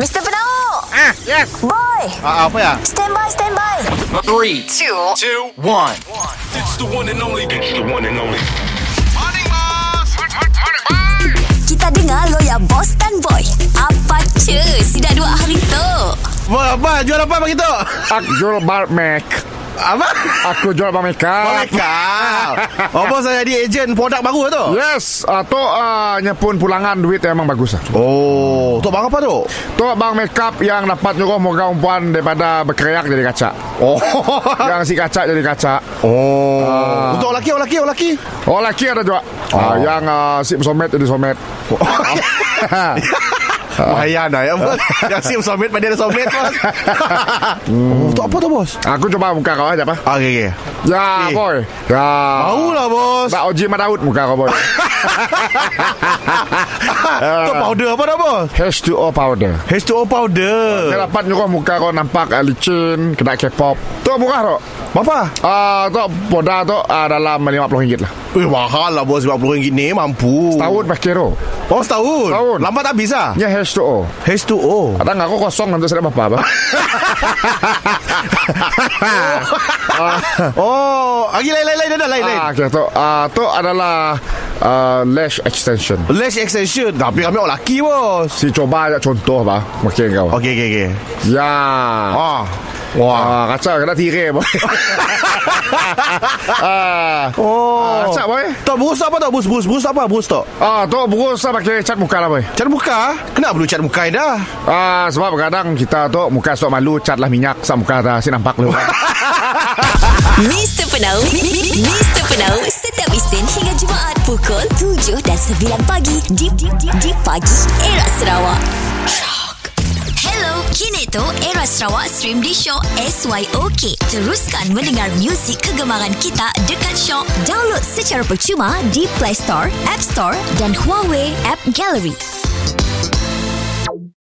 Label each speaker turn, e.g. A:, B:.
A: Mr. Penau!
B: Ah, yes.
A: Boy!
B: Ah, apa ya?
A: Stand by, stand by!
C: Three, two, two, one.
D: It's the one and only. It's the one and only.
A: Kita dengar lo ya, boss dan boy. Apa cuy? Sudah dua hari tu.
B: Wah, apa? Jual apa bagi tu?
E: Aku jual barmek
B: Apa?
E: Aku jual
B: Boleh
E: barmekap
B: kau. Oh, bos saya jadi ejen produk baru lah tu.
E: Yes Atau uh, nyepun pulangan duit memang bagus lah
B: Oh, tu bang apa tu?
E: Tu bang makeup yang dapat nyuruh muka perempuan daripada berkeriak jadi kaca
B: Oh.
E: Yang si kaca jadi kaca
B: Oh. Untuk lelaki, orang lelaki, orang lelaki.
E: Oh laki ada juga Ah, Yang uh, si somet jadi somet
B: Oh. Bahaya dah ya bos. Yang sim summit pada ada summit bos. Oh, untuk apa tu bos?
E: Ah, Aku cuba muka kau aja apa
B: Ah, okay, okay.
E: Ya
B: Eh.
E: boy Ya
B: Bau lah bos.
E: Mbak Oji Madaud muka kau boy Ah,
B: Tu powder apa dah bos?
E: H2O powder
B: H2O powder.
E: Dia dapat nyuruh muka kau nampak uh, licin Kena K-pop Tu murah tu
B: Berapa?
E: Ah, tu boda tu ah, dalam RM50 lah.
B: Eh mahal lah bos RM50 ni mampu
E: Tahun pakai tu.
B: Oh setahun
E: Setahun.
B: Lambat habis lah
E: Nya H2O.
B: H2O
E: oh. Ada ngaku kosong nanti saya apa apa.
B: Oh Lagi lain lain lain Dah dah, lain lain
E: Ah, okay, tu ah, tu adalah ah, lash extension.
B: Lash extension Tapi kami orang lelaki bos
E: Si coba aja contoh bah, makin kau.
B: Okey okey okey
E: Ya.
B: Ah
E: Ah,
B: Wah
E: kaca kena tirai bah. ah,
B: Oh
E: Acak, boy.
B: Tak burus tak apa tak Burus burus burus tak apa Burus tak
E: ah, tu berus pakai cat muka lah boy.
B: Cat muka ah. Kenapa perlu cat muka ni dah
E: Ah, sebab kadang kita tu muka sok malu cat lah minyak sama muka dah si nampak lu.
A: Mr. Penau, Mr. Penau, setiap Isnin hingga Jumaat pukul 7 dan 9 pagi di, di, di, di pagi era Sarawak. Shock. Hello, kini tu era Sarawak stream di Shock SYOK. Teruskan mendengar muzik kegemaran kita dekat Shock. Download secara percuma di Play Store, App Store dan Huawei App Gallery.